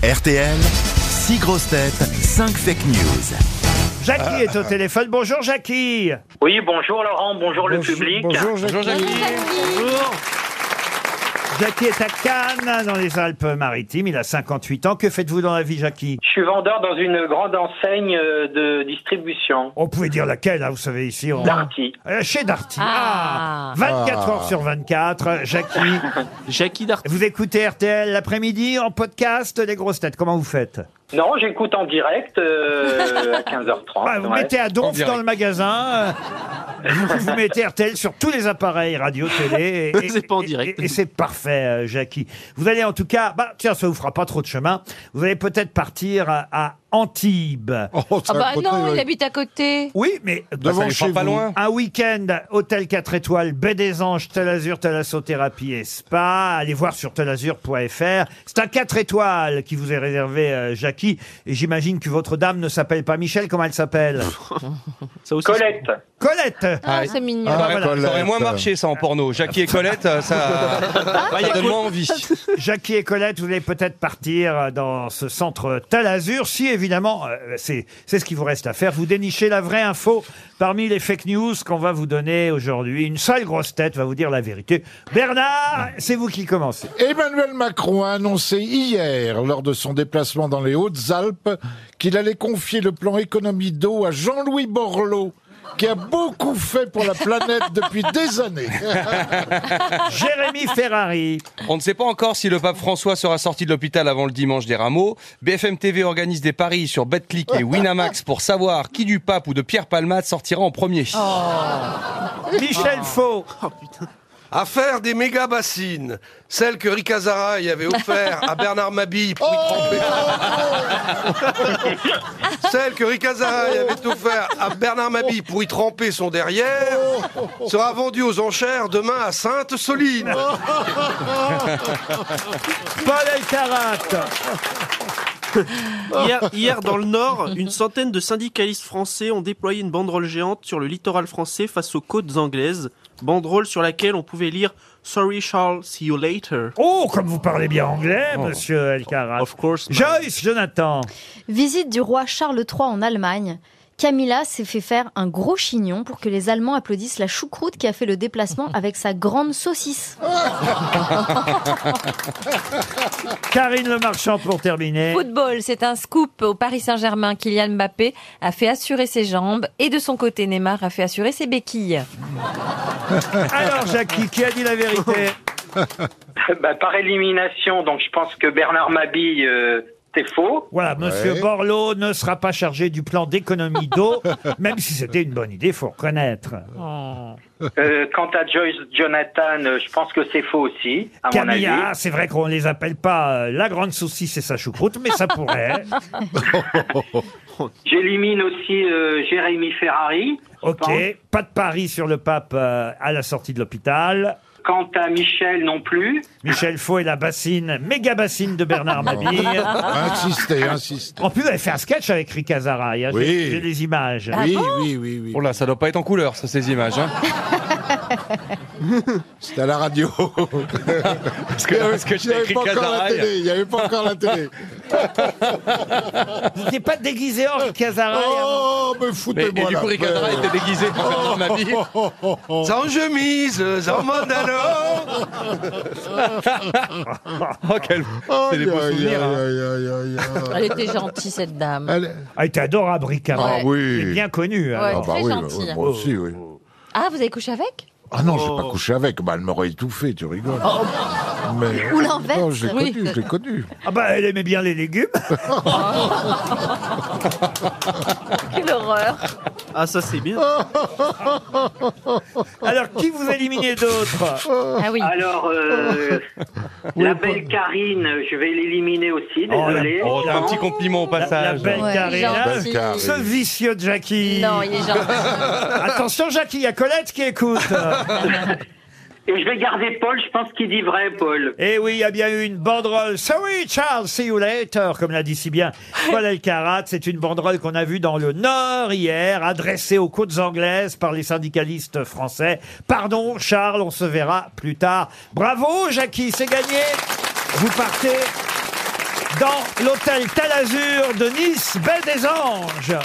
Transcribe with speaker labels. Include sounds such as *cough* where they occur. Speaker 1: RTL, 6 grosses têtes, 5 fake news.
Speaker 2: Jackie est au téléphone. Bonjour Jackie.
Speaker 3: Oui, bonjour Laurent, bonjour, le public.
Speaker 2: Jackie est à Cannes, hein, dans les Alpes-Maritimes. Il a 58 ans. Que faites-vous dans la vie, Jackie
Speaker 3: Je suis vendeur dans une grande enseigne euh, de distribution.
Speaker 2: On pouvait dire laquelle, hein, vous savez, ici. on-
Speaker 3: Darty.
Speaker 2: Euh, chez Darty. Ah, 24 heures sur 24, Jackie.
Speaker 4: Jackie Darty.
Speaker 2: vous écoutez RTL l'après-midi en podcast, les grosses têtes. Comment vous faites
Speaker 3: Non, j'écoute en direct euh, à 15h30.
Speaker 2: Ah, Vous
Speaker 3: ouais.
Speaker 2: mettez à
Speaker 5: En
Speaker 2: donf
Speaker 5: direct.
Speaker 2: dans le magasin. euh, vous, vous mettez RTL sur tous les appareils radio, télé. et- et-
Speaker 4: C'est pas en
Speaker 2: et-
Speaker 4: direct.
Speaker 2: Et, et c'est parfait, euh, Jackie. Vous allez en tout cas, bah, tiens, ça vous fera pas trop de chemin. Vous allez peut-être partir à, à Antibes.
Speaker 5: Oh, ça
Speaker 6: Ah bah
Speaker 5: va pas
Speaker 6: non,
Speaker 5: très-
Speaker 6: il habite à côté.
Speaker 2: Oui, mais
Speaker 5: Devant chez vous.
Speaker 2: un week-end, hôtel 4 étoiles, Baie des Anges, Talazur, Thalassothérapie et Spa. Allez voir sur talazur.fr. C'est un 4 étoiles qui vous est réservé, euh, Jackie. Et j'imagine que votre dame ne s'appelle pas Michel, comment elle s'appelle
Speaker 4: Ça aussi,
Speaker 3: Colette. *laughs*
Speaker 2: Colette
Speaker 6: Ah,
Speaker 5: Ah,
Speaker 6: c'est mignon.
Speaker 5: Ah, Ah,
Speaker 2: bah voilà.
Speaker 5: Colette.
Speaker 7: Ça aurait moins marché ça en porno. Jackie et Colette, euh, ça, ça donne moins envie.
Speaker 2: Jackie et Colette, vous voulez peut-être partir euh, dans ce centre Talazur, si évidemment, euh, c'est c'est ce qui vous reste à faire, vous dénichez la vraie info parmi les fake news qu'on va vous donner aujourd'hui. Une seule grosse tête va vous dire la vérité. Bernard, c'est vous qui
Speaker 4: *laughs*
Speaker 2: commencez.
Speaker 5: Emmanuel Macron a annoncé hier, lors de son déplacement dans les Hautes-Alpes, qu'il allait confier le plan économie d'eau à Jean-Louis Borloo, qui a beaucoup fait pour la planète depuis des années.
Speaker 2: Jérémy Ferrari,
Speaker 7: On ne sait pas encore si le pape François sera sorti de l'hôpital avant le dimanche des rameaux. BFM TV organise des paris sur BetClick
Speaker 5: *laughs*
Speaker 7: et Winamax pour savoir qui du pape ou de Pierre Palmade sortira en premier.
Speaker 5: Oh.
Speaker 4: Oh.
Speaker 2: Michel Faux,
Speaker 8: à faire des méga bassines, celles que Ricazara y avait offert à Bernard Mabille pour y tremper. Celles que Ricazara y avait offert à Bernard Mabille pour y tremper son derrière sera vendue aux enchères demain à Sainte-Soline.
Speaker 2: Paul Elkarat,
Speaker 4: Hier, hier, dans le Nord, une centaine de syndicalistes français ont déployé une banderole géante sur le littoral français face aux côtes anglaises. Banderole sur laquelle on pouvait lire Sorry Charles, see you later.
Speaker 2: Oh, comme vous parlez bien anglais, monsieur Elkarat.
Speaker 4: Oh. Of course. man.
Speaker 2: Joyce Jonathan,
Speaker 5: Ah.
Speaker 9: Visite du roi Charles III en Allemagne. Camilla s'est fait faire un gros chignon pour que les Allemands applaudissent la choucroute qui a fait le
Speaker 5: *laughs*
Speaker 9: déplacement avec sa grande saucisse.
Speaker 2: Karine Le Marchand pour
Speaker 6: Eh.
Speaker 2: terminer.
Speaker 6: Football, c'est un scoop au Paris Saint-Germain. Kylian Mbappé a fait assurer ses jambes et de son côté, Neymar a fait assurer ses béquilles.
Speaker 2: Alors Jackie, qui a dit la
Speaker 4: *laughs*
Speaker 2: vérité
Speaker 3: Bah, par élimination, donc je pense que Bernard Mabille, euh, c'est faux.
Speaker 2: Voilà, Monsieur
Speaker 5: Ouais.
Speaker 2: Borloo ne sera pas chargé du plan d'économie
Speaker 5: *laughs*
Speaker 2: d'eau, même si c'était une bonne idée, faut reconnaître.
Speaker 3: Euh, quant à Joyce Jonathan, euh, je pense que c'est faux aussi, à mon avis.
Speaker 2: Camilla, c'est vrai qu'on les appelle pas euh, la grande saucisse et sa choucroute, mais ça
Speaker 5: *laughs*
Speaker 2: pourrait.
Speaker 3: J'élimine aussi euh, Jérémy Ferrari. je
Speaker 2: Ok,
Speaker 3: pense.
Speaker 2: pas de pari sur le pape euh, à la sortie de l'hôpital.
Speaker 3: Quant à Michel, non plus.
Speaker 2: Michel Faux et la bassine, méga bassine de Bernard Mabille.
Speaker 7: Ah.
Speaker 5: insistez, insistez.
Speaker 2: En plus, vous avez fait un sketch avec Rick Azaray, hein, j'ai-
Speaker 5: Oui. Ah.
Speaker 2: j'ai les images.
Speaker 7: Ah
Speaker 5: Oui, oui, oui, oui.
Speaker 7: Oh là, ça doit pas être en couleur, ça, ces images. Hein.
Speaker 5: C'était à la radio.
Speaker 7: *laughs* Parce que, parce que
Speaker 5: Il n'y
Speaker 7: j'ai
Speaker 5: avait
Speaker 7: écrit
Speaker 5: pas encore la
Speaker 7: Casaray.
Speaker 5: télé. Il n'y avait pas encore
Speaker 7: *laughs*
Speaker 5: la télé.
Speaker 2: Vous n'étiez pas déguisé en Rick
Speaker 7: Ah,
Speaker 2: Azaray hein
Speaker 5: Oh, me
Speaker 7: Mais, Oh. et
Speaker 5: foutez-moi
Speaker 7: du
Speaker 5: la
Speaker 7: coup, Ricazara
Speaker 5: paix.
Speaker 7: était déguisé pour
Speaker 8: *laughs*
Speaker 7: Bernard Mabille.
Speaker 8: Sans chemise, sans mandalore.
Speaker 7: *laughs* Oh, quel... C'est des beaux
Speaker 5: Aïe, aïe,
Speaker 7: souvenirs. hein.
Speaker 5: aï, aïe, aïe, aïe, aïe.
Speaker 6: Elle était gentille, cette dame.
Speaker 5: Allez.
Speaker 2: Ah, il était adorable, Rick Azaray.
Speaker 5: Ah oui.
Speaker 2: Il est bien connu.
Speaker 6: Ouais.
Speaker 2: alors.
Speaker 5: Ah bah
Speaker 6: Très
Speaker 5: oui,
Speaker 6: gentil.
Speaker 5: ouais, moi aussi, oui.
Speaker 6: Ah, vous avez couché avec
Speaker 5: Ah non, j'ai pas couché avec. Bah, elle m'aurait étouffé, tu rigoles. Mais,
Speaker 9: Ou l'inverse.
Speaker 5: Non, je l'ai
Speaker 6: Oui.
Speaker 5: connu, je l'ai connu.
Speaker 2: Ah bah, elle aimait bien les légumes.
Speaker 6: Quelle horreur
Speaker 4: Ah, ça c'est bien.
Speaker 2: Alors, qui vous éliminez d'autres
Speaker 6: Ah oui.
Speaker 3: Alors, euh, la belle Karine, je vais l'éliminer
Speaker 2: Oh,
Speaker 3: aussi,
Speaker 2: la-
Speaker 3: désolé.
Speaker 7: Oh, t'as un petit compliment au
Speaker 2: La
Speaker 7: passage.
Speaker 2: belle
Speaker 6: Ouais,
Speaker 2: Karina.
Speaker 6: gentil.
Speaker 5: Belle
Speaker 2: Ce vicieux de Jackie.
Speaker 6: Non, il est gentil.
Speaker 2: Attention, Jackie, il y a Colette qui
Speaker 6: *laughs*
Speaker 2: écoute.
Speaker 3: Et je vais garder Paul, je pense qu'il dit vrai, Paul.
Speaker 2: Et Eh oui, il y a bien eu une banderole. Sorry, Charles, see you later, comme l'a dit si bien Paul Elkarat. C'est une banderole qu'on a vue dans le Nord hier, adressée aux côtes anglaises par les syndicalistes français. Pardon, Charles, on se verra plus tard. Bravo, Jackie, c'est gagné. Vous partez dans l'hôtel Talazur de Nice, Belle des Anges.